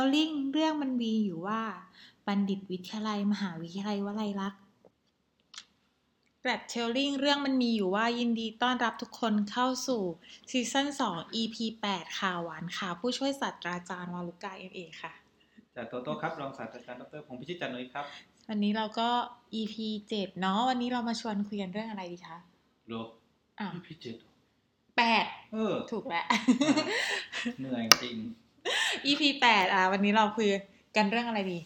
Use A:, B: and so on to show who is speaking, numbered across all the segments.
A: ลลิงเรื่องมันมีอยู่ว่า บัณฑิตวิทยาลัย มหาวิทยาลัยวลัยลักษณ์แกรดเชลลิงเรื่องมันมีอยู่ว่ายินดีต้อนรับทุกคนเข้าสู่ซีซั่น2 EP 8ข่าวหวานค่ะ ผู้ช่วยศาสตราจารย์วาลุกาเอ็มเอค่ะ
B: จากโตโต้ครับรองศาสตราจารย์ดรพงศ์พิชิตจันทร์นุ้ยครับ
A: วันนี้เราก็ EP 7 เนาะวันนี้เรามาชวนคุยกันเรื่องอะไรดีคะ
B: โล
A: อ่ะ
B: พิจิตร
A: แปด
B: เออ
A: ถูกแล้ว
B: เหนื่อยจริง
A: EP 8อ่ะวันนี้เราคุยกันเรื่องอะไรดี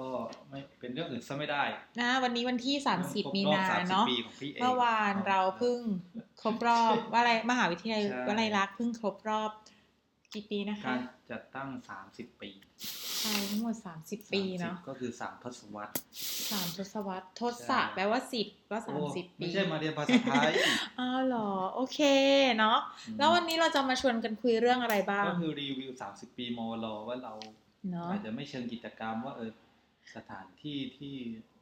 B: ก็ไม่เป็นเรื่องอื่นซะไม่ได้
A: นะวันนี้วันที่ 30 มีนา
B: สามสิบ
A: เนาะ
B: ปีของพี่เอง
A: เมื่อวานเราเพิ่งครบร อบว่าอะไรมหาวิทยาลัย
B: ใช่
A: วลัยลักษณ์เพิ่งครบรอบกี่ปีนะ
B: กา
A: คะ
B: รจัดตั้ง 30 ปี
A: ใช่ทั้งหมด 30 ปีเนาะ
B: 30ก็คือ 3 ทศวรรษ
A: สามทศวรรษทศ
B: ใช่
A: แปลว่า 10 ก็
B: โอ้
A: 30 ปี
B: ไม่ใช่มาเรียนภาษาไทย
A: อ้าวเหรอ โอเคเนาะ แล้ววันนี้เราจะมาชวนกันคุยเรื่องอะไรบ้าง
B: ก็คือรีวิว 30 ปีมอลอว่าเรา
A: เนาะ
B: อาจจะไม่เชิงกิจกรรมว่าเออสถานที่ที่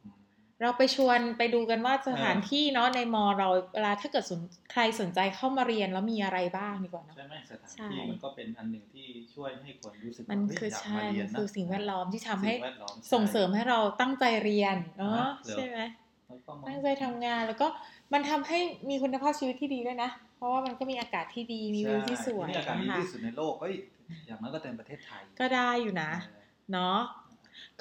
B: อืม
A: เราไปชวนไปดูกันว่าสถาน
B: เออ
A: ที่เนาะในมอเราเวลาถ้าเกิดสนใครสนใจเข้ามาเรียนแล้วมีอะไรบ้างดีกว่าเนาะ
B: ใช่ไหมสถาน
A: ใช่
B: ที่มันก็เป็นอันหนึ่งที่ช่วยให้คนรู้สึกว่า
A: มัน
B: เฮ้
A: คือย
B: ยาก
A: ใช่
B: มาเรีย
A: มัน น
B: นะ
A: คือสิ่งแวดล้อมที่ทำให้
B: สิ่งแวดล้อมใช่
A: ส่งเสริมให้เราตั้งใจเรียนเนาะ
B: อ่ะเหรอ
A: ใช่ไหม
B: แล้วก็มอ
A: ตั้งใจทำงานแล้วก็มันทำให้มีคุณภาพชีวิตที่ดีด้วยนะ เพราะว่ามันก็มีอากาศที่ดีมีวิวที่สวย
B: ใช่ที่นี่
A: นะ
B: อากาศดี
A: คะ
B: ที่สุดในโลกเอ้ยอย่างน้อยก็เต็มประเทศไทย
A: ก็ได้อยู่นะ
B: เออ
A: เนาะ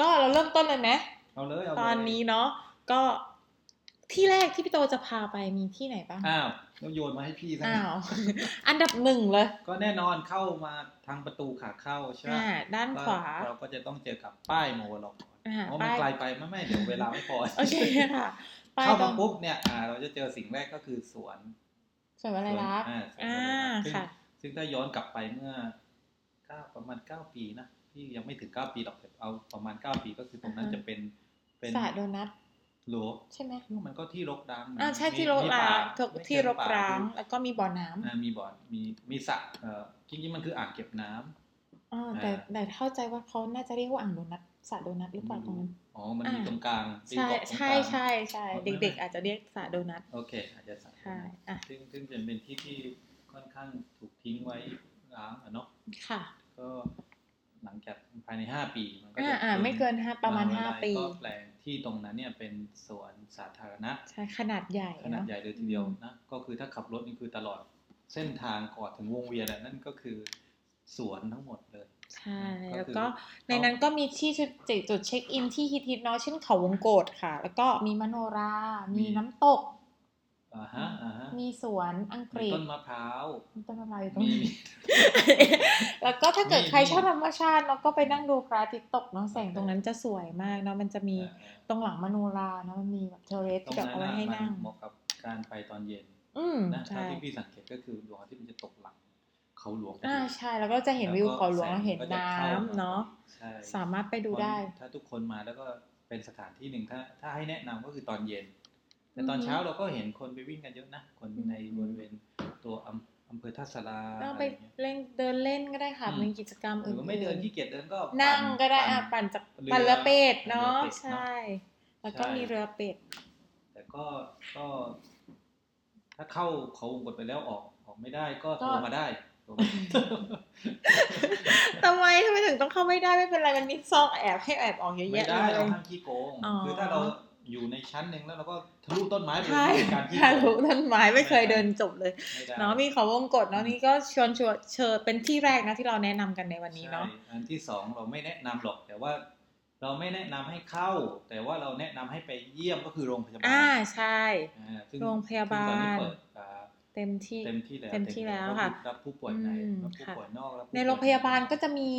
A: ก็เราเริ่มต้นเลยไหม
B: เอาเลยเอาเลย
A: ตอนนี้เนาะก็ที่แรกที่พี่โตจะพาไปมีที่ไหนบ้าง
B: อ้าวแล้วโยนมาให้พี่ซะ
A: อ้าว อันดับหนึ่งเลย
B: ก็แน่นอนเข้ามาทางประตูขาเข้าใช่ไหม
A: อ่าด้านขวา
B: เราก็จะต้องเจอกับป้ายโมลอก
A: อ่า
B: เพราะมัน
A: ป้าย
B: ไกลไปไม่ไม่เดี๋ยวเวลาไม่พอ
A: โอเคค่ะไป
B: เข้า
A: ตร
B: มาง ปุ๊บเนี่ยอ่าเราจะเจอสิ่งแรกก็คือสวน
A: สวนวลัยลักษณ์
B: อ่า
A: อ่า
B: สวนวลัยลักษณ์
A: ค่ะ
B: ซึ่งซึ่งถ้าย้อนกลับไปเมื่อเก้าประมาณเก้าปีนะพี่ยังไม่ถึงเก้าปีหรอกแต่เอาประมาณเก้าปีก็คือตรงนั้นจะเป็นเป็น
A: สระโดนัท
B: หลว
A: ใช่ไหม
B: มันก็ที่รกร้างนะ
A: อ่าใช่
B: มี
A: ที่รก
B: มี
A: ร้า
B: ป่
A: งที่รกร้าง
B: มีป่
A: แล้วก็มีบ่อน้ำ
B: อ่ามีบ่อนมีมีสระเอ่อจริงๆมันคืออ่างเก็บน้ำ
A: อ่าแต่
B: อ่า
A: แต่เข้าใจว่าเขาน่าจะเรียกว่าอ่างโดนัทสระโดนัทหรือเปล่าตรงนั้น
B: อ๋อมันมี
A: อ่า
B: ตรงกลางเป็น
A: ใช่
B: เกาะตรงกลาง
A: ใช่ใช่ใช่
B: อ๋อ
A: เด็ก ๆ อาจจะเรียกสระโดนัท
B: โอเค อาจจะสระ
A: ใช่อ่ะ
B: ซึ่งซึ่งเป็นเป็นที่ที่ค่อนข้างถูกทิ้งไว้ร้างอะเนาะ
A: ค่ะ
B: ก็หลังจากภายในห้าปีมันก็
A: อ่า
B: จะ
A: อ่าไม่เกินห้าประมาณ
B: วิทย
A: ห้า
B: ลัย
A: ปี
B: ก็แปลงที่ตรงนั้นเนี่ยเป็นสวนสาธารณะ
A: ใช่ขนาดใหญ่
B: ขนาด
A: เนาะ
B: ใหญ่เลยทีเดียวนะก็คือถ้าขับรถนี่คือตลอดเส้นทางก่อนถึงวงเวียนอะนั่นก็คือสวนทั้งหมดเลย
A: ใช่
B: ก็คือ
A: แล้วก็ในนั้นก็มีที่จุดจุดเช็คอินที่ฮิตๆเนาะเช่นเขาวงโกดค่ะ แล้วก็มีมโนรา
B: มี
A: มีน้ำตก
B: อ่าฮะอ่าฮะ
A: มีสวนอังกฤ
B: มี
A: ษ
B: ต้นมะพร้าว
A: มีต้นอะไรอยู่ตรง
B: มี
A: นี้ แล้วก็ถ้าเกิด
B: มี
A: ใครชอบ
B: มี
A: ธรรมชาติเนาะก็ไปนั่งดูพระอาทิตย์ตกเนาะแสงตรงนั้นจะสวยมากเนาะมันจะมี ตรงหลังมโนรานะมันมีแบบเทเลส
B: ตรง
A: ที่แบบ
B: นั้น
A: เอาไว้
B: น่ะ
A: ให้
B: มั
A: นั่ง
B: เหมาะกับการไปตอนเย็น
A: อืม
B: นะถ้า
A: ใช่
B: ที่พี่สังเกตก็คือดวงอาทิตย์มันจะตกหลังเขาหลวงพอ
A: อ่า
B: ดี
A: ใช่แล้วก็จะเห็นวิวเขาหลวง
B: แก็
A: เห็น
B: ก็จะ
A: น้
B: ข้ม
A: ำเนาะ
B: ใช่
A: สามารถไปดูได้
B: ถ้าทุกคนมาแล้วก็เป็นสถานที่หนึ่งถ้าถ้าให้แนะนำก็คือตอนเย็น แต่ตอน
A: อือฮึ
B: เช้าเราก็เห็นคนไปวิ่งกันเยอะนะ คน
A: อือฮึ
B: ในบริเวณตัวอำอำเภอท่าสลา
A: ก็
B: อะไร
A: ไป
B: อย่างเงี้ย
A: เล่นเดินเล่นก็ได้ค่ะ
B: อืม
A: มีกิจกรรม
B: ห
A: อื่
B: รื
A: น
B: อไม่เดินขี้เกียจเดินก็ปั่
A: นั่งก็ได้อ่ะ
B: ปั่น
A: ปั่นจากปั่น
B: เรือ
A: เรือเป็ดเนาะ
B: เรือเป็ดเนาะ
A: ใช่ แล้วก็
B: ใช่
A: มีเรือ เป็ด
B: แต่ก็ก็ ถ้าเข้าเขาวงกดไปแล้วออกออกไม่ได้ก็
A: ก็
B: โทรมาได้โทรมา
A: ทำไมทำไมถึงต้องเข้าไม่ได้ไม่เป็นไรมันมีซอกแอบให้แอบออกเยอะ
B: ไม่
A: แยะเล
B: ได้เรา
A: ย
B: ห้ามขี้โกง
A: อ๋อ
B: คือถ้าเราอยู่ในชั้นหนึ่งแล้วเราก็ทะลุต้นไม้ไป
A: ใช่
B: เป็นการขี้
A: ถ่าย
B: โก
A: รู
B: ง
A: ปต้นไม้ไม่เคยเดินจบเลย
B: ไม่ได้
A: เนาะมีเขาวงกตเนาะนี่ก็ชวนชวนเชิญเป็นที่แรกนะที่เราแนะนำกันในวันนี้เนาะ
B: ใช่อันที่สองเราไม่แนะนำหรอก แต่ว่าเราไม่แนะนำให้เข้า แต่ว่าเราแนะนำให้ไปเยี่ยมก็คือโรงพยาบาล
A: อ่าใช่
B: อ่าซึ่
A: โรงพยาบาล
B: ซึ่งตอนนี้เปิดอ่า
A: เต็มที่
B: เต็มที่แล้ว
A: เต็มที่แล้วค่ะ
B: ก็อรับผู้ป่วยใน
A: อืม
B: รับผู้ป่วยนอกรับผู้
A: ในโรงพยาบาลก็จะมี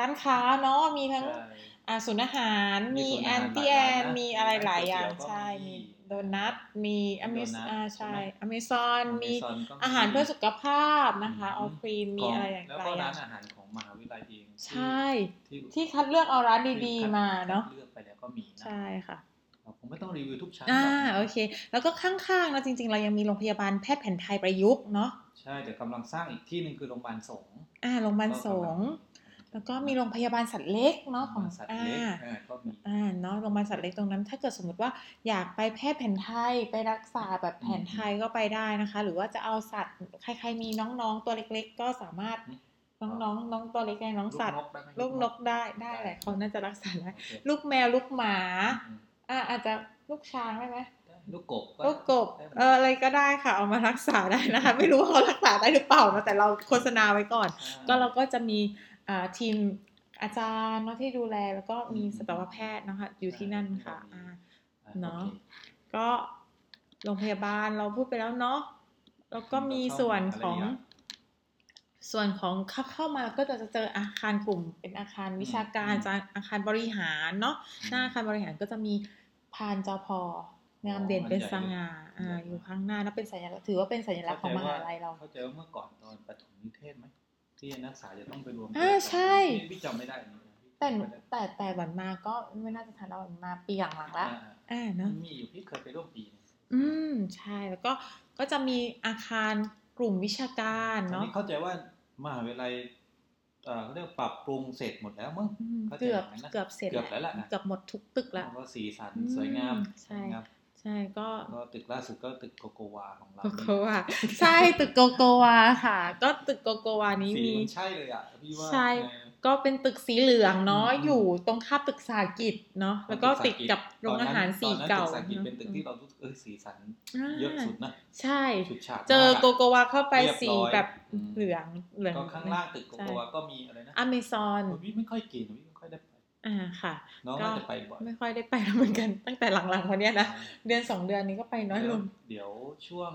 A: ร้านค้าเนาะมีทั้ง
B: ใช่
A: อ่าศูนย์อาหารมี
B: มีศูนย์
A: แอ
B: อาหาร
A: น
B: หลาย
A: ตี้แอน
B: ร้านนะ
A: มีอะไรหลายอย่าง
B: มีร้านก๋วยเตี๋ยวก็
A: ใช่
B: มี
A: มีโดนัทมีอเมซ
B: มีโดนัท
A: อ่าใช่
B: ใช่ไหม
A: อเมซอนมี
B: Amazon ก็มี
A: อาหารเพื่อสุขภาพนะคะ
B: ม
A: ออฟรีนมีอะไรอย่าง
B: แล้ว
A: หลา
B: ก็
A: ยอ
B: ร้า
A: ย่าน ง
B: อาหารของมหาวิทยาลัยเอง
A: ใช่
B: ที่
A: ที่คัดเลือกเอาร้านดี
B: ที่คั
A: ๆมาเนาะ
B: คัดเลือกไปแล้วก็มีนะ
A: ใช่ค่ะ
B: เราคงไม่ต้องรีวิวทุกชั้น
A: อ่า
B: หรก
A: โอเค แล้วก็ข้างๆนะจริงๆ เรายังมีโรงพยาบาลแพทย์แผนไทยประยุกต์เนาะ
B: ใช่แต่กำลังสร้างอีกที่หนึ่งคือโรงพยาบาลสงฆ์
A: อ่าโรงพยาบาลสงฆ์แล้วก็มีโรงพยาบาลสัตว์เล็กเนาะของ
B: สัตว์
A: อ่า
B: เล็กอ่าก็มี
A: อ่าเนาะโรงพยาบาลสัตว์เล็กตรงนั้น ถ้าเกิดสมมติว่าอยากไปแพทย์แผนไทยไปรักษาแบบแผนไทยก็ไปได้นะคะ หรือว่าจะเอาสัตว์ใครๆมีน้องๆตัวเล็กๆ ก็สามารถ
B: อืม
A: ไป น้องน้องน้องตัวเล็กไงน้องสัตว์
B: ได้ไหม
A: ลูกนกได้ได้แหละเขาน่าจะรักษาได้ลูกแมวลูกหมา
B: อืม
A: อ่ะอาจจะลูกช้างได้ไหม
B: ได้ลูกกบ
A: ลูกกบ
B: ได้หมด
A: เอออะไรก็ได้ค่ะ เอามารักษาได้นะคะ ไม่รู้ว่าเขารักษาได้หรือเปล่านะแต่เราโฆษณาไว้ก่อน
B: ใช่
A: ก็เราก็จะมีอ่าทีมอาจารย์เนาะที่ดูแลแล้วก็มีสัตวแพทย์เนาะคะอยู่ที่นั่นค่ะอ่า
B: อ่
A: เนาะ
B: โอค
A: ก็โรงพยาบาลเราพูดไปแล้วเนาะแล้วก็มีส่วนของ
B: อะไรอีกอ
A: ส่วนของเข้าเข้ามาก็จะเจออาคารกลุ่ม เป็นอาคารวิชาการจะอาคารบริหารเนาะหน้าอาคารบริหารก็จะมีพานจอพองามเด่นเป็นสง่าอ่าอยู่ข้างหน้านะเป็นสัญลักษณ์ถือว่าเป็นสัญลักษณ์ของมหาลัยเรา
B: เข้าใจว่าเมื่อก่อนตอนประถมนิเทศไหมที่นักศึกษาจะต้องไปรวม
A: อ่าใช่
B: พี่จำไม่ได้อันนี้นะพี่
A: แต่
B: จำไม่ได้
A: แต่แต่หวันมาก็ไม่น่าจะทันแล้วหวันมาปีหลังๆละ
B: อ่า
A: อ่า
B: มั
A: เนาะ
B: นมีอยู่พี่เคยไปร่วมปีหนึ่ง
A: อืมใช่แล้วก็ก็จะมีอาคารกลุ่มวิชาการ
B: ตอน
A: เนาะ
B: นี้เข้าใจว่ามหาวิทยาลัยเอ่อเขาเรียกปรับปรุงเสร็จหมดแล้วมั้ง
A: อืม
B: เข้าใจ
A: เกือบ
B: อย่างนั้นนะ
A: เกือบเสร็จ
B: เกือบแล้วล่ะนะ
A: เกือบหมดทุกตึกละ
B: ก็สีสัน
A: อืม
B: สวยงาม
A: ใช่
B: ครับ
A: ใช่ก็
B: ก็ตึกล่าสุดก็ตึกโกโกวาของเรา
A: โกโกวาใช่ตึกโกโกวาค่ะ ก็ตึกโกโกวานี้
B: สี
A: มี
B: มันใช่เลยอ่ะพี่ว่า
A: ใช่
B: เออ
A: ก็เป็นตึกสีเหลืองเนาะ
B: อืม
A: อยู่ตรงข้ามตึกสาหกิจเนาะแล้วก็ติดกับโรงอาหารสีเก่า
B: ตอนนั้นตึกสกิจเป็นตึกที่เรารู้สึกเออสีสัน เยอะสุดนะ
A: ใช่
B: ฉุดฉาดมากะ
A: เจอโกโกวาเข้าไป
B: เรียบร้อย
A: สีแบบ
B: อืม
A: เหลืองเหลือง
B: ก็ข้างล่างตึกโกโกวาก็มีอะไรนะ
A: อเมซอน
B: โอ้ยพี่ไม่ค่อยเก่งพี่ไม่ค่อยได้ไป
A: อ่าค่ะ
B: น้อง
A: ก็
B: น่าจะไปบ่อย
A: ไม่ค่อยได้ไปแล้วเหมือน กันตั้งแต่หลังๆวันเนี้ยนะ เดือนสองเดือนนี้ก็ไปน้อยลง
B: เดี๋ยวช่วง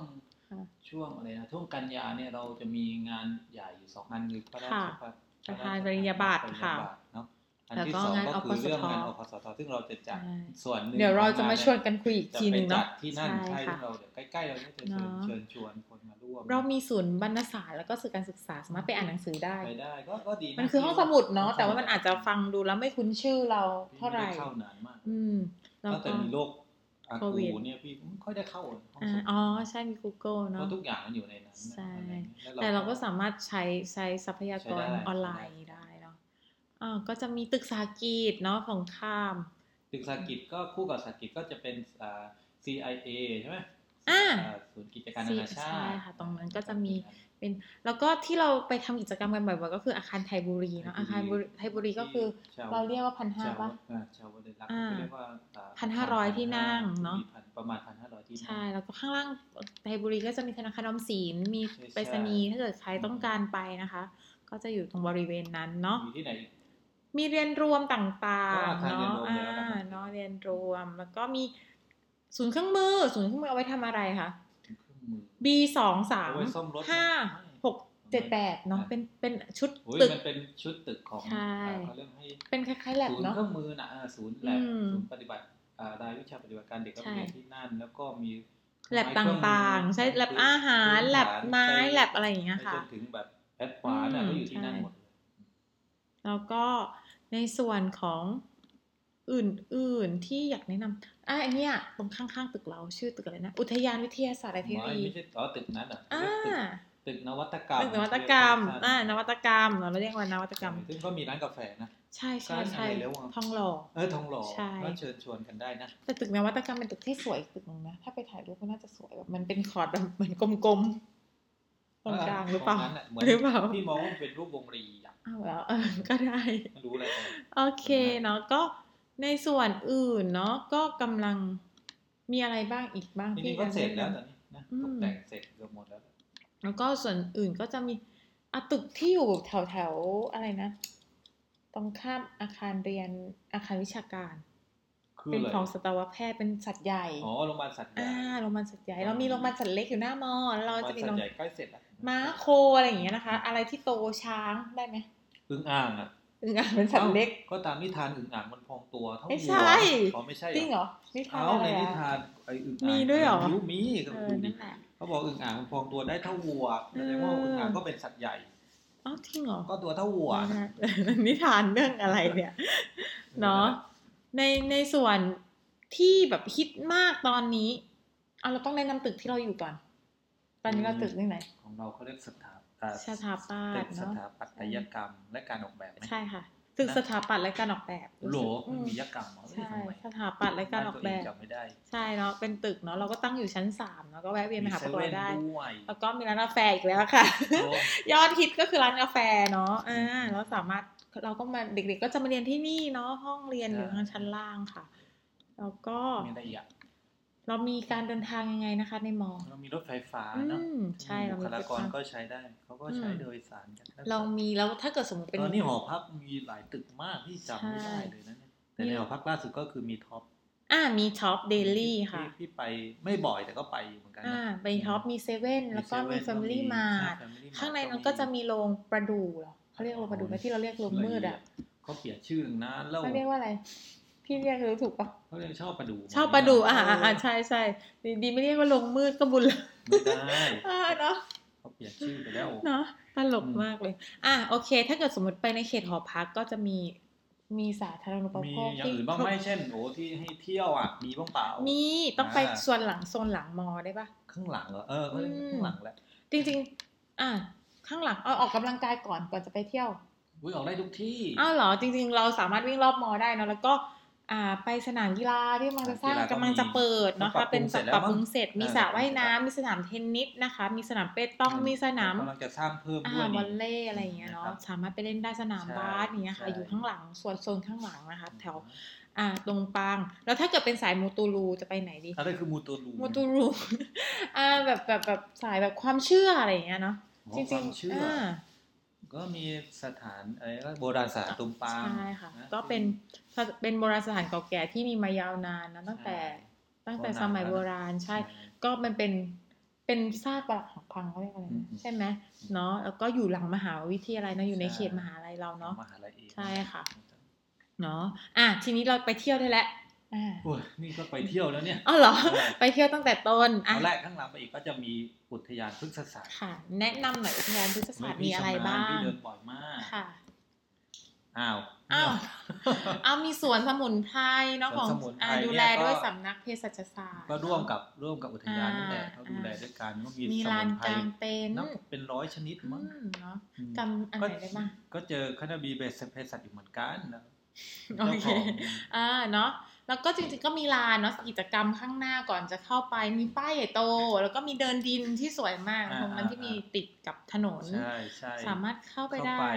A: ค่ะ
B: ช่วงอะไรนะช่วงกันยาเนี่ยเราจะมีงานใหญ่อยู่สองงานคือพระราช
A: ค่ะป
B: พัฒ
A: ระธานปริญญาบัตรค่ะ
B: ปญญาบัตรเนาะอัน
A: แล้ว
B: ที่
A: ก็
B: สอง
A: งาน
B: ก็คือเรื่องงานอ
A: อ
B: พ
A: พ
B: สทซึ่งเราจะจัด
A: ใช่
B: ส่วนหนึ่ง
A: เดี๋ยวเราจะ
B: ของง
A: มาชวนกันคุยอีก
B: จะ
A: ทีห
B: ไป
A: นึ่ง
B: จั
A: เนาะ
B: ดที่นั่นใช่
A: ค่ะ
B: ที่เราเดี๋ยวใกล้ๆเราก็จะเชิญ
A: เนาะ
B: เชิญชวนคนมาร่วม
A: เรามีศูนย์บรรณศาสตร์แล้วก็สื่อการศึกษาสามารถไปอ่านหนังสือได้
B: ไปได้ก็ก็ดีะ
A: มันคือห้องสมุดเนาะแต่ว่ามันอาจจะ
B: ง
A: ฟังดูแล้วไม่คุ้นชื่อเรา
B: พี่
A: เท่าไหร่
B: ม่ด้เข้านานมาก
A: อืมแล้ว
B: ตั้งแต่
A: ก็
B: มีโรคอา
A: โควิ
B: กู
A: ด
B: เนี่ยพี่ไม่ค่อยได้เข้าห้อง
A: อ่า
B: สมุด
A: อ๋อใช่มี Google
B: เพ
A: เนาะ
B: ราะทุกอย่างมันอยู่ในนั้น
A: ใช่
B: อะไรอย่างงี้ย
A: แต่เราก็สามารถใช้ใช้ทรัพยากร
B: ใช้ได้
A: ออนไลน์ได้เนาะอ่าก็จะมีตึกสาหกีดเนาะของข้าม
B: ตึกสากิจก็คู่กับสากิจก็จะเป็นอ่า CIA ใช่ไหม
A: อ่า
B: อ่าศูนย์กิจการนานาชาติ
A: ใช่ค่ะตรงนั้นก็จะมี แล้วก็ที่เราไปทำกิจกรรมกันบ่อยๆก็คืออาคารไทยบุรีเนาะอาคารบุรีไทยบุรีก็คือ
B: ชว
A: เราเรียกว่าพันห้า
B: ชว
A: ป่ะ
B: อ่าชาววริรักษ์
A: อ่า
B: เขาเรียกว่าอ่
A: 1,500ที่นั่งเนอะ
B: มีพัประมาณพันห้าร้อยที่นั่ง
A: ใช่แล้วก็ข้างล่างไทยบุรีก็จะมีธนาคารออมสินมี
B: ใช่
A: ไปรษณีย์ถ้าเกิดใครต้องการไปนะคะ ก็จะอยู่ตรงบริเวณนั้นเนาะ
B: มีที่ไหนอีก
A: มีเรียนรวมต่าง
B: ก็อา
A: ๆ
B: คารเรียน
A: เนาะ
B: รวม
A: อ่า
B: แล้วนะครับ
A: เนาะเรียนรวมแล้วก็มีศูนย์เครื่องมือศูนย์เครื่องมือเอาไว้ทำอะไรคะ
B: เครื่องมือ
A: B สองสาม
B: เอาไว้ซ่อมรถ
A: ห้าหกเจ็ดแปดเนาะ
B: อ่ะ
A: เป็นเป็นชุด
B: โอ้ย
A: ตึก
B: มันเป็นชุดตึกของ
A: ใช่
B: อ่าเขาเรียกให้
A: เป็นคล้ายๆแลบ
B: ศูนย์
A: เนาะ
B: เครื่องมือนะอ่าศูนย์แลบ
A: อืม
B: ศูนย์ปฏิบัติอ่ารายวิชาปฏิบัติการเด็กก็
A: ใช่
B: มีที่นั่น แล้วก็มี
A: แลบต่างๆ ใช่แลบอาหารแลบไม้แลบอะไรอย่าง
B: เงี้
A: เงี้ย
B: จ
A: ค่ะ
B: นถึงแบบแอดวานซ์อ่ะ
A: อืม
B: ก็อยู่ที่นั่นหมดเลย
A: แล้วก็ในส่วนของอื่นๆที่อยากแนะนำอ่ะไอันเนี้ยตรงข้างๆตึกเราชื่อตึกอะไรนะ อุทยานวิทยาศาสตร์และเทคโนโลยี
B: ไม่ใช่อ๋อตึกนั้นเหรอ่ะ
A: อ่า
B: ตึกนวัตกรรม
A: ตึกนวัตกรรม
B: เย
A: อ่านวัตกรรมเราเรียกว่านวัตกรรม
B: ซึ่งก็มีร้านกาแฟนะ
A: ใช่ใช่ใช่
B: ร้านอะไรแล้วอะ
A: ทองหล่อ
B: เออทองหล่อ
A: ใช่
B: ก็เชิญชวนกันได้นะ
A: แต่ตึกนวัตกรรมเป็นตึกที่สวยอีกตึกหนึงนะ ถ้าไปถ่ายรูปก็น่าจะสวยแบบมันเป็นคอร์ดแบบ เหมือนกลมๆตรงกลางหรือเปล่า
B: ตงนั้นน่ะเหมือน
A: หรือเปล่า
B: พี่มองว่ามันเป็นรูปวงรีอ่ะ
A: อ้าวแล้วเออก็ได้
B: ไม่รู้อะไรเลย
A: โอเคเนาะก็ในส่วนอื่นเนาะก็กำลังมีอะไรบ้างอีกบ้าง
B: ที
A: ที่
B: นี้ก็เสร็จแล้วต
A: ยั
B: อง นนี้นะ
A: อืม
B: ตกแต่งเสร็จเกือบหมดแล้ว
A: แล้วก็ส่วนอื่นก็จะมีอะตึกที่อยู่แถวแถวๆอะไรนะ ตรงข้ามอาคารเรียนอาคารวิชาการ
B: คือ
A: เป็น
B: อะไร
A: ของสัตวแพทย์เป็นสัตว์ใหญ่
B: อ๋อโรงพยาบาลสัตว์ใหญ่
A: อ่าโรงพยาบาลสัตว์ใหญ่เรามีโรงพยาบาลสัตว์เล็กอยู่หน้ามอแล้วเราจะมี
B: โร
A: โรงง
B: พยาบาลสัตว์ใหญ่ใกล้เสร็จแล้ว
A: ม้าโคอะไรอย่างเงี้ยนะคะ อะไรที่โตช้างได้ไหม
B: อึ่งอ่างอ่ะ
A: อึ่งอ่างเป็นสัตว์เล็ก
B: อ้าก็ตามนิทานอึ่งอ่างมันพองตัวเท่า
A: ไม่
B: วั
A: ใช่
B: วอ๋อไม่ใช่
A: จริงเหรอนิทาน
B: เอ้า
A: อะไร
B: ในนิ
A: อะ
B: ทานไอ้อึ่งอ่าง
A: มีด้วยเหรอ
B: มีมีก็
A: เออ
B: ดูดิ
A: นั่นแหละ
B: เขาบอกอึ่งอ่างมันพองตัวได้เท่าวัวแสดงว่า
A: เออ
B: อึ่งอ่างก็เป็นสัตว์ใหญ่
A: อ๋อจริงเหรอ
B: ก็ตัวเท่าวัว
A: นะฮะ นิทานเรื่องอะไรเนี่ยเนาะในในส่วนที่แบบฮิตมากตอนนี้เอาเราต้องแนะนำตึกที่เราอยู่ก่อน ตอนนี้เราตึกที่ไหน
B: ของเราเขาเรียกสถาปัตย์
A: ชาถาปา
B: เป็
A: ด
B: นส
A: เนาะ
B: ถาปัตยกรรมและการออกแบบไหม
A: ใช่ค่ะ ตึกสถาปัตย์และการออกแบบ
B: โหล
A: อื
B: มัน
A: ม
B: มียักษ์กรรมเหรอ
A: ใช่
B: ทำไม
A: สถาปัตย์และการออกแบบ
B: จำไม่ได้
A: ใช่เนาะเป็นตึกเนาะเราก็ตั้งอยู่ชั้นสามเนาะก็แวะเวียนมาหา
B: เซ
A: ปะกอ
B: เว่
A: ย
B: น
A: ได้
B: ด้วย
A: แล้วก็มีร้านกาแฟอีกแล้วค่ะ
B: โอ้
A: ยอดฮิตก็คือร้านกาแฟเนาะอ่า
B: อืม
A: แล้วสามารถเราก็มาเด็กๆก็จะมาเรียนที่นี่เนาะห้องเรียน
B: ใช่
A: อยู่ทางชั้นล่างค่ะ แล้วก็
B: มีอะไรอีกอะ
A: เรามีการเดินทางยังไงนะคะ ในมอ
B: เรามีรถไฟฟ้า
A: อื
B: เนาะ
A: มใช่เรา
B: บุ
A: มี
B: คลากรก็
A: เดินทาง
B: ใช้ได้ เขาก็ใช้
A: อืม
B: โดยสารกัน
A: เรามีแล้วถ้าเกิดสมมติ
B: เป็
A: เป็น น
B: ตอนนี้หอพักมีหลายตึกมากที่จำไม่
A: ใช่
B: ได้เลยนะเนี่ยแต่ในหอพักล่าสุดก็คือมีท็อป
A: อ่ามีช็อปเดลี่
B: ที่
A: ค่ะ
B: ที่ไปไม่บ่อยแต่ก็ไปอยู่เหมือนกัน
A: อ่า
B: นะ
A: ไปช็อปมีเซเว่นแล้วก็มีแฟมิลี่มาร์ทข้างในมันก็จะมีโรงประดูเหรอเขาเรียกโรงประดูไหมที่เราเรียกโรงมืดอ่ะ
B: เขาเปลี่ยนชื่อนะเล่า
A: เขาเรียกว่าอะไรพี่เรียกรู้ถูกปะ
B: เขาเรียกชอบประดู
A: ชอบประดู
B: ไหม
A: อ่าอ่าอ่าใช่ใช่ดีดีไม่เรียกว่าลงมืดก็บุญละ
B: ไม่ได้
A: เออเนาะ
B: เขาเปลี่ยนชื่อไปแล้ว
A: เนาะตลก
B: อืม
A: มากเลย อ่ะโอเค ถ้าเกิดสมมติไปในเขตหอพักก็จะมีมีสาธารณูป
B: มี
A: โภค
B: อย่าง
A: ที่
B: อื่นบ้างไหมเช่นโอ้ที่ให้เที่ยวอ่ะมีบ้างเปล่า
A: มีต้องไป
B: อ่า
A: ส่วนหลังโซนหลังมอได้ปะ
B: ข้างหลังเหรอเออเขาเรียก
A: อืม
B: ข้างหลังแหละ
A: จริง ๆ อ่ะข้างหลังเอาออกกำลังกายก่อนก่อนจะไปเที่ยว
B: วิ่งออกได้ทุกที่
A: อ้าวเหรอจริง ๆ เราสามารถวิ่งรอบมอได้เนอะแล้วก็อ่าไปสนามกีฬาที่มันจะสร้างกำลังจะเปิดเนาะคะเป็นปรับปรุงเสร็จมีสระว่ายน้ำมีสนามเทนนิสนะคะ มีสนามเปตตองมีสนาม
B: กำลังจะสร้างเพิ่ม
A: อ่า
B: ด้ว
A: วอ
B: ยนี่
A: ลเล่อะไรอย่างเงี้ยเนาะ
B: นะครับ
A: สามารถไปเล่นได้สนาม
B: ใช่
A: บาสอย่างเงี้ยค่ะ
B: ใช่
A: อยู่ข้างหลังส่วนโซนข้างหลังนะคะ แถวอ่าตรงปาง แล้วถ้าเกิดเป็นสายมูตูรูจะไปไหนดี
B: อะไรคือมูตูรู
A: มูตูรู อ่าแบบแบบแบบสายแบบความเชื่ออะไรอย่างเงี้ยเนาะ
B: อ๋อ
A: จ
B: ค
A: ริ
B: วาง มเชื่
A: ๆ
B: ออ
A: อ่า
B: ก็มีสถานอะไรก็โบราณสถานตุมปาง
A: ใช่ค่ะ
B: น
A: ก็เป็นเป็นโบราณสถานเก่าแก่ที่มีมายาวนานนะตั้งแต่ตั้งแต่สมัยโบราณใช่ ก็มันเป็นเป็นซากปรักหักพังเขาเรียกอะไร
B: อืม
A: นะใช่ไหมเนาะแล้วก็อยู่หลังมหาวิทยาลัยเนาะอยู่ใน
B: ใช่
A: เขตมหาลัยเราเนาะ
B: มหาลัยเอง
A: ใช่ค่ะ เนาะ อ่ะ ทีนี้เราไปเที่ยวได้แล้วอ่า
B: โอ้ยนี่ก็ไปเที่ยวแล้วเนี่ย
A: อ๋อเหรอ
B: ใช่
A: ไปเที่ยวตั้งแต่ต้น อ่ะ
B: เอาแรกข้างหลังไปอีกก็จะมีอุทยานพฤกษศาสตร์
A: ค่ะ แนะนำหน่อยอุทยานพฤกษศาสตร์มีอะไรบ้าง
B: พี่เดินบ่อยมาก
A: ค่ะ
B: อ้าว
A: อ้าว เอามีสวนสมุนไพรเนาะ
B: ส่
A: ขอ
B: วน
A: ง
B: สมุนไพ
A: อ่าร ดูแล
B: เนี่
A: ด้วยสำนักเภสัชศาสตร์
B: ก็ร่วมกับร่วมกับอุทยานนั่นแห
A: อ่า
B: ละเขาดูแลด้วยกันก็มี
A: มี
B: ส
A: ลา
B: มุ
A: น
B: นไพร
A: กลางเต็นท์
B: นับเป็นร้อยชนิด
A: อื
B: มั้ง
A: มเนาะ
B: อืม
A: จำอันไหนได้บ้าง
B: ก็เจอคณะบีเบสเพสัตอยู่เหมือนกันนะ
A: โอเค อ่า เนาะ แล้วก็จริงๆก็มีลานเนาะกิจกรรมข้างหน้าก่อนจะเข้าไป มีป้ายใหญ่โต แล้วก็มีเดินดินที่สวยมากตรงนั้นที่มีติดกับถนน
B: ใช่ใช่
A: สามารถเข้าไปได้
B: เข้า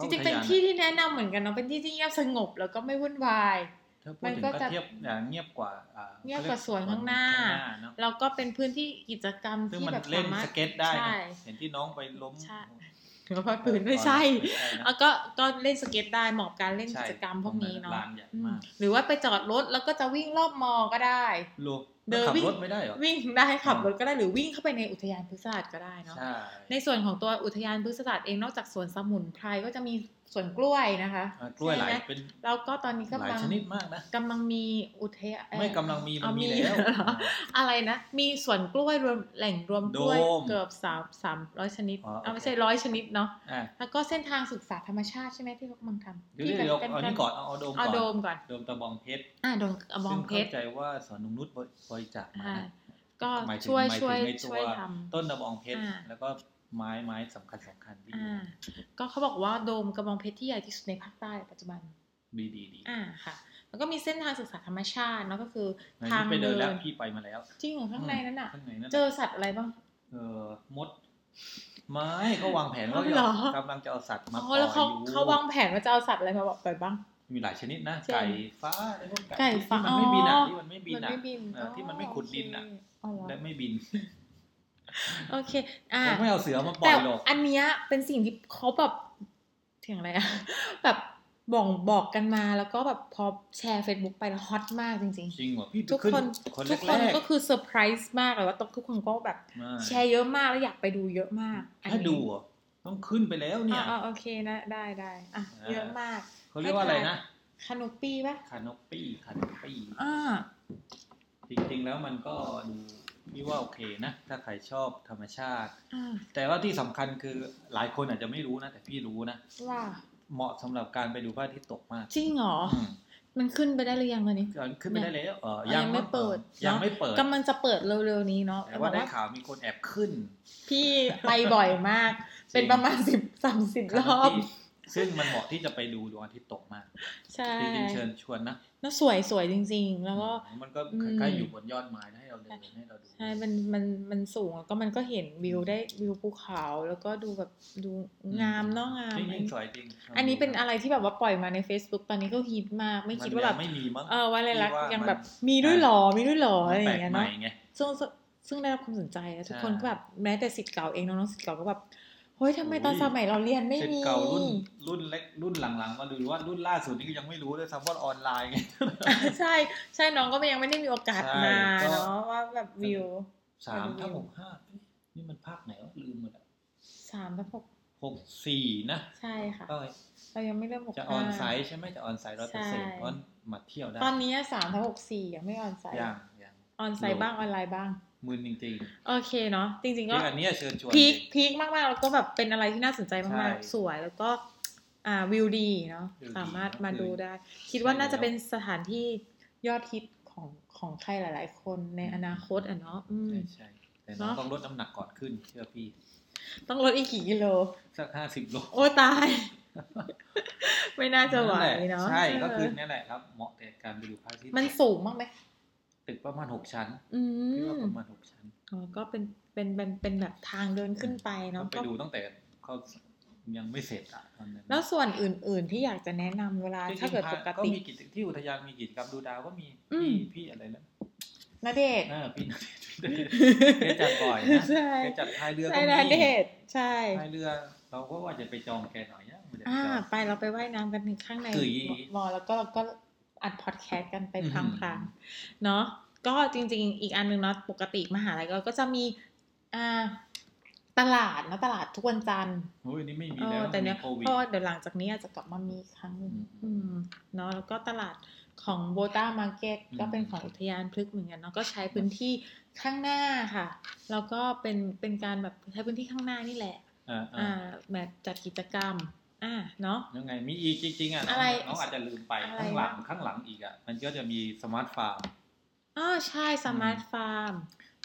A: จริงๆ เป็นที่ที่แนะนำเหมือนกันเนาะ เป็นที่ที่เงียบสงบแล้วก็ไม่วุ่นวาย
B: ถ้าพู
A: มั
B: ด
A: น
B: ถึง
A: ก็
B: ก็
A: จะ
B: เทียบอ่าเงียบกว่าอ่า
A: เงียบกว่าสวนข้างหน้า
B: ข้งหน้าเนอะ
A: แล้วก็เป็นพื้นที่กิจกรรม
B: ซึ่ง
A: ที่
B: มัน
A: แบบ
B: เล่
A: สานมาร
B: ส
A: ถ
B: เก็ตได้นะ
A: ใช่
B: เห็นที่น้องไปล้ม
A: ใช่ ถือว่าปืนไม่ใช่
B: ไม่ใช่นะ
A: แล้วก็ก็เล่นสเก็ตได้เหมาะกับการเล่นกิจกรรมพวกนี้
B: ใช่
A: เนาะ
B: ลใหญ่
A: อืม
B: มาก
A: หรือว่าไปจอดรถแล้วก็จะวิ่งรอบมอก็ได้
B: ลูก
A: เดิน
B: ขับ
A: วิ่ง
B: รถไม่ได้เหรอ
A: วิ่งได้ขับรถก็ได้หรือวิ่งเข้าไปในอุทยานพฤกษศาสตร์ก็ได้เนาะ
B: ใช่
A: ในส่วนของตัวอุทยานพฤกษศาสตร์เองนอกจากสวนสมุนไพรก็จะมีสวนกล้วยนะคะ
B: อ่ะกล้วยหลาย
A: ใช่ไม
B: เป็น
A: แล้วก็ตอน
B: หลาก
A: นี้ำ
B: ย
A: ลัง
B: ชนิดมากนะ
A: กำลังมีอุทยานเอ่อ
B: ไม่กำลังมีมั
A: เอา
B: น
A: มี
B: มีแล้ว
A: เหรอ อะไรนะ มีสวนกล้วยรวมแหล่งรวมกล้วย
B: โดม
A: เกือบสามสามร้อยชนิด
B: อ๋อโอเค
A: เอาไม่ใช่ร้อยชนิดเนาะ
B: อ่ะ
A: แล้วก็เส้นทางศึกษาธรรมชาติใช่ไหมที่เขากำลังทำ
B: เดี๋ยว
A: ที่
B: เดี๋ยวเอานี่ก่อน
A: เ
B: เอาเอาโดม
A: อา
B: ก่อน
A: โดมก่อน
B: โดมตะบองเพชร
A: อ่าโดมอะมองเพ
B: ซึ่
A: ชร
B: เข้าใจว่าสวนนุงนุชบริจาคมา
A: อ่า
B: นะ
A: ก็
B: หมายถึง
A: ช่วย
B: หมายถึง
A: ช่วย
B: ไอ้ตั
A: ช่วยท
B: ต้นตะบองเพชร
A: อ่า
B: แล้วก็ไม้ไม้สำคัญสำคัญที่
A: ำอ่า ก็เขาบอกว่าโดมกระบองเพชรที่ใหญ่ที่สุดในภาคใต้ปัจจุบัน
B: ดีดีดี
A: อ่าค่ะ แล้วก็มีเส้นทางศึกษาธรรมชาติเนาะก็คือ
B: ในนี้
A: ทาง
B: ไปเดิ
A: เดิ
B: นแล้ว
A: น
B: พี่ไปมาแล้ว
A: จริงเหรอข้างในนั้นอ่ะ
B: ข้างในนั่น
A: เจอสัตว์อะไรบ้าง
B: เออมด ไม้เขาวางแผนว่า
A: อ๋อเหรอ
B: กำลังจะเอาสัตว์มา
A: อ๋
B: ปล่
A: อ
B: อยอ
A: แล้วเขา
B: ยู่
A: เขาวางแผนว่าจะเอาสัตว์อะไรมาปล่อยบ้าง
B: มีหลายชนิดนะ
A: เช่น
B: ไก่ฟ้าอะไรพวก
A: ไก่ฟ้า
B: ที่มันไม่บินอ่ะ
A: อ๋อ
B: ที่มัน
A: มันไม่บิน
B: ไม่บินอ่ะเออที่มันไม่ขุดดินอะ
A: อ๋อเหรอ
B: และไม่บิน
A: โอเค อ่า
B: ผมไม่เอาเสือมาปล่
A: แต่
B: อยหรอก
A: อันเนี้ยเป็นสิ่งที่เขาแบบ เถียงอะไรอะ แบบบอกบอกกันมาแล้วก็แบบพอแชร์ Facebook ไปแล้วฮอตมากจริง
B: จริงเหรอพี่
A: ๆ ทุก
B: ขึ้
A: คน
B: คน
A: ทุกค
B: แร
A: น
B: ก
A: ก็คือเซอร์ไพรส์มากเลยว่าทุกคนก็แบบ
B: ๆมา
A: แชร์เยอะมากแล้วอยากไปดูเยอะมากอัน
B: ถ้า
A: นี้
B: ดูเหรอต้องขึ้นไปแล้วเนี่ย
A: อ่าโอเคนะได้ได้อ่ะ
B: อ่า
A: เยอะมาก
B: เขาเรียกว่าอะไรนะ
A: คานุปีปะ
B: คานอปปี้คานอปปี้
A: อ่า
B: จริงๆแล้วมันก็ดูพี่ว่าโอเคนะ ถ้าใครชอบธรรมชาติ
A: อ่า
B: แต่ว่าที่สำคัญคือหลายคนอาจจะไม่รู้นะแต่พี่รู้นะ
A: ว่า
B: เหมาะสำหรับการไปดูพระอาทิตย์ตกมาก
A: จริงเหรอ
B: ม
A: มันขึ้นไปได้หรือยังตอนนี้
B: ก่อนขึ้นไปได้แล้วเออ
A: เออ
B: ยั
A: ยังไม่เปิด
B: ยัง
A: เนอะ
B: ไม่เปิด
A: กำลังจะเปิดเร็วๆนี้เนาะ
B: แต่ว่า
A: บ
B: ได้
A: อก
B: ข่าวมีคนแอบขึ้น
A: พี่ไปบ่อยมาก เป็นประมาณสิบสามสิบรอบ
B: ที่ ซึ่งมันเหมาะที่จะไปดูดวงอาทิตย์ตกมาก
A: ใช่
B: จริงๆเชิญชวนนะ
A: แล้วสวยสวยจริง ๆ แล้วก็
B: มันก็
A: อืม
B: ใกล้ๆอยู่บนยอดไม้ให้เราเดินให้เราดู
A: ใช่ มัน มัน มันสูงแล้วก็มันก็เห็นวิวได้วิวภูเขา แล้วก็ดูแบบดูงามเนาะงาม
B: จริงๆสวยจริง
A: อันนี้เป็นอะไรที่แบบว่าปล่อยมาใน Facebook ตอนนี้ก็ฮิตมาก ไม่คิดว่าแบบ
B: นยังไม่มีมั้ง
A: เออว่าอะไรลักษณ์
B: ที่ว่ายั
A: ยังแบบ
B: น
A: มีด้วยเหรอ มีด้วยเหรอ อะไรอ
B: แปล
A: ย่าก งเงี้ย
B: ใหม่
A: เนาะ
B: ไง
A: ซึ่งซึ่งซึ่งได้รับความสนใจอะทุกคน
B: ใช่
A: ก็แบบแม้แต่สิทธิ์เก่าเองน้องๆสิทธิ์เก่าก็แบบเฮ้ยทำไมตอน
B: โอ้ย
A: สมัยเราเรียนไม่
B: เป็น
A: มี
B: เก่ารุ่นรุ่นเล็กรุ่นหลังๆ ก็ดูว่ารุ่นล่าสุดนี่ก็ยังไม่รู้เลยซ้ำว่าออนไลน์ไง
A: ใช่ ใช่น้องก็ยังไม่ได้มีโอกาส
B: ใช่
A: มา
B: ก็
A: เนาะว่าแบบวิว
B: สามถ้าหกห้าเอ๊ะนี่มันภาคไหนวะลืมหมดอะ
A: สามและหก
B: หกสี่นะ
A: ใช่ค่ะ
B: ก็
A: เรายังไม่เริ่มหก
B: จะอ
A: ห้า
B: อนไซต์ใช่ไหมจะออนไซต์ร้อยเปอร์
A: ใช่
B: เซ็นต์เพราะมาเที่ยวได้
A: ตอนนี้สามทั้งหกสี่ยังไม่ออนไซต์
B: อย่างอย่าง
A: ออนไซต์บ้างออนไลน์บ้าง
B: มืนจริง
A: โอเคเนาะจริ
B: ๆ
A: ง ๆ ก็
B: ที่อันเนี้ยเชิญชวน
A: พีค
B: จริง
A: พีคมาก ๆ แล้วก็แบบเป็นอะไรที่น่าสนใจ
B: ใช่
A: มาก ๆ สวยแล้วก็อ่าวิวดีเนาะ
B: วิวดี
A: สามารถ
B: ก็คือ
A: มาดูได้ คิดว่า
B: ใช่
A: น่าจะ
B: แล้ว
A: เป็นสถานที่ยอดฮิตของของใครหลาย ๆ คนในอนาคตอ่ะเนาะอืม
B: ใช่ใช่แต่น้อ
A: เน
B: ง
A: อะ
B: ต้องลดน้ำหนักก่อนขึ้นเชื่อพี่
A: ต้องลดอีกกี่กิโล
B: สักห้าสิบโล
A: โอ้ตาย ไม่น่าจะไหว
B: นั่นแหละ
A: เนาะ
B: ใช่ก็คือ
A: เ
B: เนี่ยแหละครับ เหมาะแก่การไปดูพระอาทิตย์
A: มันสูงมากไหม
B: ตึกประมาณหกชั้น
A: อื
B: พี่ว่าม ประมาณหกชั้น
A: อ๋อก็เป็นเป็นเป็นเป็นแบบทางเดินขึ้นไปเนาะ
B: ก็ไป
A: ก็
B: ดูตั้งแต่เขายังไม่เสร็จอ่ะตอนนั้น
A: แล้วส่วนอื่น ๆ ที่อยากจะแนะนำเวลา
B: จริงๆ
A: ถ้าเกิด
B: พระ
A: ปก
B: ก็
A: ติ
B: มีกิจที่อุทยานมีกิจกรรมดูดาวก็มี
A: อืม
B: พี่พี่อะไรนะ
A: นาเดชน์
B: เออพี่นาเดชน์แกจัดบ่อยนะ
A: ใช่
B: แกจัดพายเรือ
A: ใช่
B: ก็
A: นา
B: มี
A: เดชน์ใช่
B: พายเรือ เราก็ว่าจะไปจองแกหน่อยนะมันจะไป
A: อ่า
B: จอง
A: ไปเราไปว่ายน้ำกันหนึ่งข้างใน
B: คือ
A: มอแล้วก็เราก็อัดพอดแคสต์กันไป
B: อื
A: พ
B: ม
A: ลางๆเนาะก็จริง ๆ อีกอันหนึงเนาะปกติมหาลัยเราก็จะมีอ่าตลาดนะตลาดทุกวันจันทร์
B: โอ้ยนี่ไม่มี
A: เอ
B: แล้ว
A: อแต่เนี้ย
B: มี
A: เพ
B: โควิด
A: ราะว่าเดี๋ยวหลังจากนี้อาจจะกลับมามีอีกครั้งหนึ่ง
B: อืม
A: อืมเนาะแล้วก็ตลาดของโบต้ามาร์เก็ต
B: อืม
A: ก็เป็นของอุทยานพฤกษ์เหมือนกันเนาะก็ใช้พื้นที่ข้างหน้าค่ะ แล้วก็เป็นเป็นการแบบใช้พื้นที่ข้างหน้านี่แหละ
B: อ่า
A: อ่า
B: อ่า
A: แบบจัดกิจกรรม อ่าเนาะ
B: ยังไงมีอีกจริงๆอ่ะน้อง
A: อะไร
B: น้องอาจจะลืมไป
A: อะไร
B: ข้างหลังข้างหลังอีกอ่ะมันก็จะมีสมาร์ทฟาร์ม
A: อ๋อใช่สมาร์ทฟาร์ม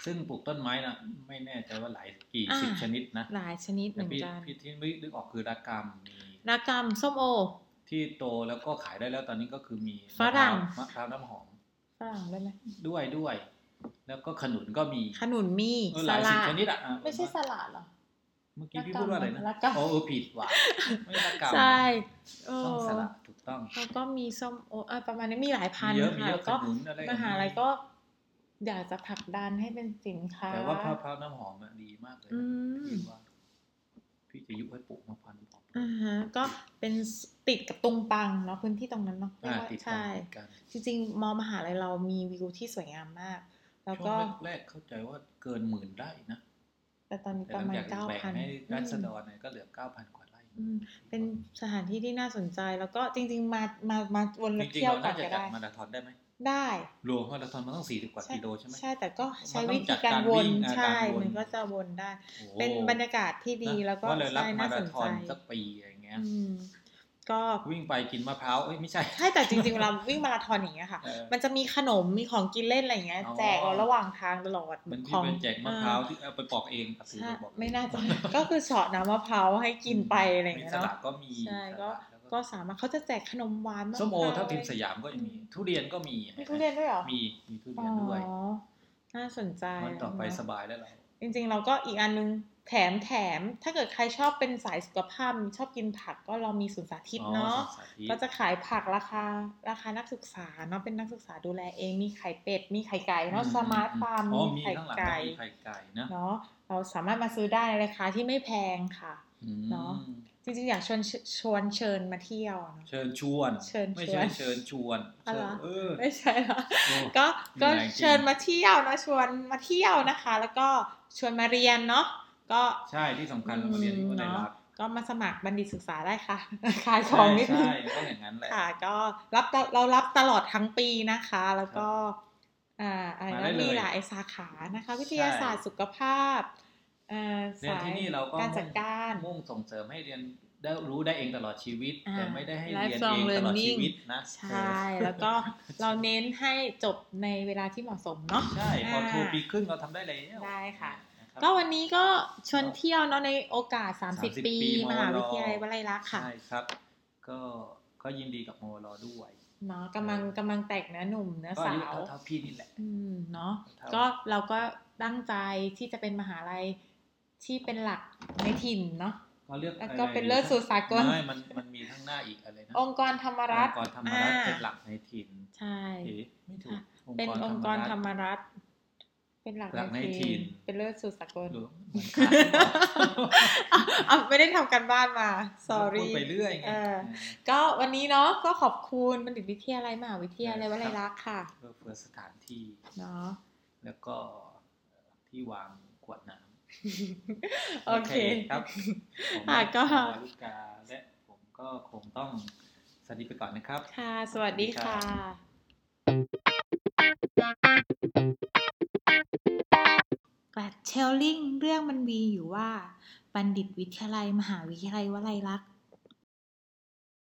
B: ซึ่งปลูกต้นไม้นะไม่แน่ใจว่าหลายกี่
A: อ่า
B: สิบชนิดนะ
A: หลายชนิดเห
B: แต่
A: มือน
B: พี่
A: กัน
B: พี่ที่นึกออกคือระกรรมมี
A: รากรรมส้มโอ
B: ที่โตแล้วก็ขายได้แล้วตอนนี้ก็คือมี
A: ฝรั่ง
B: มะพร้าวมะพร้าวน้ำหอม
A: ฝรั่งได้ไหม
B: ด้วยด้วย แล้วก็ขนุนก็มี
A: ขนุนมี
B: เออห
A: ส
B: ลาย
A: ลัด
B: สิบชนิดอ่ะอ่ะ
A: ไม่ใช่สลัดเหรอ
B: เมื่อกี้พี่พูดว่าอะไรนะ
A: ระกำ
B: โอ้เออผิดว่ะไม่ระกรรม
A: ใช่เอ
B: ต้อง
A: อ
B: สละถูกต้อง
A: แล้วก็มีส้มโอเออประมาณนี้มีหลายพัน
B: มีเยอะมี
A: ค่ะ
B: เยอะ
A: แล้วก็
B: ขนุนอะไรอย่างนี้
A: มหาลัยก็อยากจะผลักดันให้เป็นสินค้า
B: แต่ว่ามะพร้าวน้ำหอมอ่ะดีมากเลยนะ
A: อืม
B: พี่ว่าพี่จะยุให้ปลูกมะพร้าวน้ำหอม
A: อ่าฮะก็เป็นติดกับตรงปังเนาะพื้นที่ตรงนั้นเนาะเรีย
B: อ่าก
A: ว่า
B: ติดกั
A: ใช่
B: นติดกัน
A: จริงๆมมหาลัยเรามีวิวที่สวยงามมาก แล้ว
B: ช่ว
A: ก็
B: งแรกๆเข้าใจว่าเกินหมื่นไร่นะ
A: แต่ตอนนี้
B: แต่
A: ป
B: ห
A: ระ
B: ลัง
A: มาณ
B: จาก
A: เก้า
B: แบ่ง
A: พัน
B: ให้รัศดรเนี่ยก็เหลือเก้าพันกว่าไร่
A: อืม เป็นสถานที่ที่น่าสนใจแล้วก็จริง ๆ มามามาวน
B: จ
A: เวียน
B: ริงๆ
A: เที่ยว
B: เรา
A: กั
B: น่าน จะ
A: ก็
B: จัด
A: ได้
B: มาราธอนได้ไหม
A: ได้
B: รวมมาราธอนมันต้องสี่สิบกว่ากิโลใช่ไหม
A: ใช่แต่ก็ใช้
B: มันต้
A: วิ
B: องจั
A: ธี
B: ด
A: การ
B: การ
A: ว
B: วิ่
A: น
B: งอ่ะ
A: ใช่
B: การวน
A: มันก็จะวนได้
B: โอ้
A: เป็นบรรยากาศที่ดี
B: นะ
A: แล้วก็
B: าเลยรั
A: ใช่
B: มา
A: น่า
B: รา
A: สน
B: ธ
A: ใจ
B: อนสักปีอย่างเงี้ย
A: อืมก็
B: วิ่งไปกินมะพร้าวเอ้ยไม่ใช่
A: ใช่แต่จริงๆเวลาวิ่งมาราธอนอย่างเงี้ยค่ะ
B: เออ
A: มันจะมีขนมมีของกินเล่นอะไรอย่างเงี้ย
B: อ๋อ
A: แจกเราระหว่างทางตลอด
B: มัน
A: ข
B: ที่
A: อง
B: เป็นแจกมะพร้าว
A: อ่
B: ที่เอาไปปอกเองอ่ะซื้อ
A: ใช่
B: ปปอกเอง
A: ไม่น่าจะ ก็คือเฉาะน้ำมะพร้าวให้กินไปอะไรอย่างเงี้ย
B: มีส
A: เนาะ
B: ลัดก็มี
A: ใช่ก็
B: สลัดแล้ว
A: ก็สามารถเขาจะแจกขนมหวานมะพร้าว
B: ส้มโอทับทิมสยามก็ยังมี ทุเรียนก็มี
A: มีทุเรียนด้วยเหรอ
B: มีมีทุเรียนด้วย
A: อ๋อน่าสนใจ
B: วันต่อไป
A: เะ
B: สบายแล้วเรา
A: จริงๆเราก็อีกอันนึงแถมแถมถ้าเกิดใครชอบเป็นสายสุขภาพชอบกินผักก็เรามีศูนย์สาธิตเนาะ
B: อ๋อสาธิต
A: ก็จะขายผักราคาราคานักศึกษาเนาะเป็นนักศึกษาดูแลเองมีไข่เป็ดมีไข่ไก่เนาะ
B: อื
A: สมาร์ทฟาร์ม
B: อ๋อ
A: มี
B: มี
A: ไข่
B: ข้างหลัง
A: ไก่
B: ก็มีไข่ไก่นะ
A: เนาะเราสามารถมาซื้อได้ในราคาที่ไม่แพงค่ะ
B: อืม
A: เนอะ จริงๆอยากชวนชวนเชิญมาเที่ยวเนอะ
B: เชิญชวน
A: เชิญชวน
B: ไม่ใช่เชิญชวน
A: อะไรวะ
B: เออ
A: ไม่ใช่หรอ
B: โอ้
A: ก็ก็
B: มีหลายที่
A: เชิญมาเที่ยวนะชวนมาเที่ยวนะคะ แล้วก็ชวนมาเรียนเนาะก็
B: ใช่ที่สำคัญเรามาเรียนที่วิทยาลัยรัฐ
A: ก็มาสมัครบัณฑิตศึกษาได้ค่ะ ขายของนิดนึง
B: ใช่ใช่ต้องอย่างนั้นแหละ
A: ค่ะ ก็รับเรารับตลอดทั้งปีนะคะ แล้วก็อ่าอะไร
B: าได้
A: นะ
B: เลย
A: มีหลายสาขานะคะ วิทยาศาสตร์สุขภาพเอ่อ
B: เรียน
A: สาย
B: ที่นี่เราก็
A: การจัดการ
B: มุ่งส่งเสริมให้เรียนได้รู้ได้เองตลอดชีวิต
A: อ่า
B: แต่ไม่ได้ให้เรียน
A: lifelong
B: เองตลอด
A: learning
B: ชีวิตนะ
A: ใช่ แล้วก็เราเน้นให้จบในเวลาที่เหมาะสมเนาะ
B: ใช่พอโทรปีครึ่งเราทำได้เลย
A: ได้ค่ะ
B: ครับ
A: ก็วันนี้ก็ชวนเที่ยวเนาะในโอกาส 30
B: 30
A: ปี
B: ปี
A: มหาม
B: ร
A: วิทยาลัยวลัยลักษณ์ค่ะ
B: ใช่ครับ ก็ก็ยินดีกับโมรอด้วย
A: เนาะกำลังกำลังแต่งนะหนุ่มเนื้อ
B: ก็อา
A: สา
B: ยุ
A: ว
B: เท่าๆพี่นี่แหละ
A: อืมเนาะ
B: ครับ
A: ก็เราก็ตั้งใจที่จะเป็นมหาลัยที่เป็นหลักในถิ่นเนาะ
B: ก็เลือก
A: แล้วก็
B: อะไร
A: เป็นเลิศสู่สากล
B: ไม่มันมันมีข้างหน้าอีกอะไรนะ
A: องค์กรธรรมรัฐ
B: องค์กรธรรมรัฐ
A: อ่า
B: เป็นหลักในถิ่น
A: ใช่
B: เอ๊ะไม่ถูก
A: เป็นองค์กรธรรมรัฐ เป็นหลัก
B: หลักในถิ่น
A: เป็นเลิศสู่สากล
B: หรือมันขายไม่ออก
A: อ่ะอ่ะไม่ได้ทำกันบ้านมา
B: พู
A: sorry
B: ดไปเรื่อยไง
A: เออ
B: เออ
A: ก็วันนี้เนาะก็ขอบคุณบัณฑิตวิทยาลัยมหาวิทยาลัยวลัยลักษณ์ค่ะ
B: เพื่อเฟือสถานที่
A: เนาะ
B: แล้วก็ที่วางขวดน้ำ
A: โอเค
B: ครับผม
A: อ่ะก็
B: วารุกาและผมก็คงต้องสวัสดีไปก่อนนะครับ
A: ค่ะ สวัสดีค่ะกลัดเชลลิงเรื่องมันมีอยู่ว่า บัณฑิตวิทยาลัยมหาวิทยาลัยวลัยลักษณ์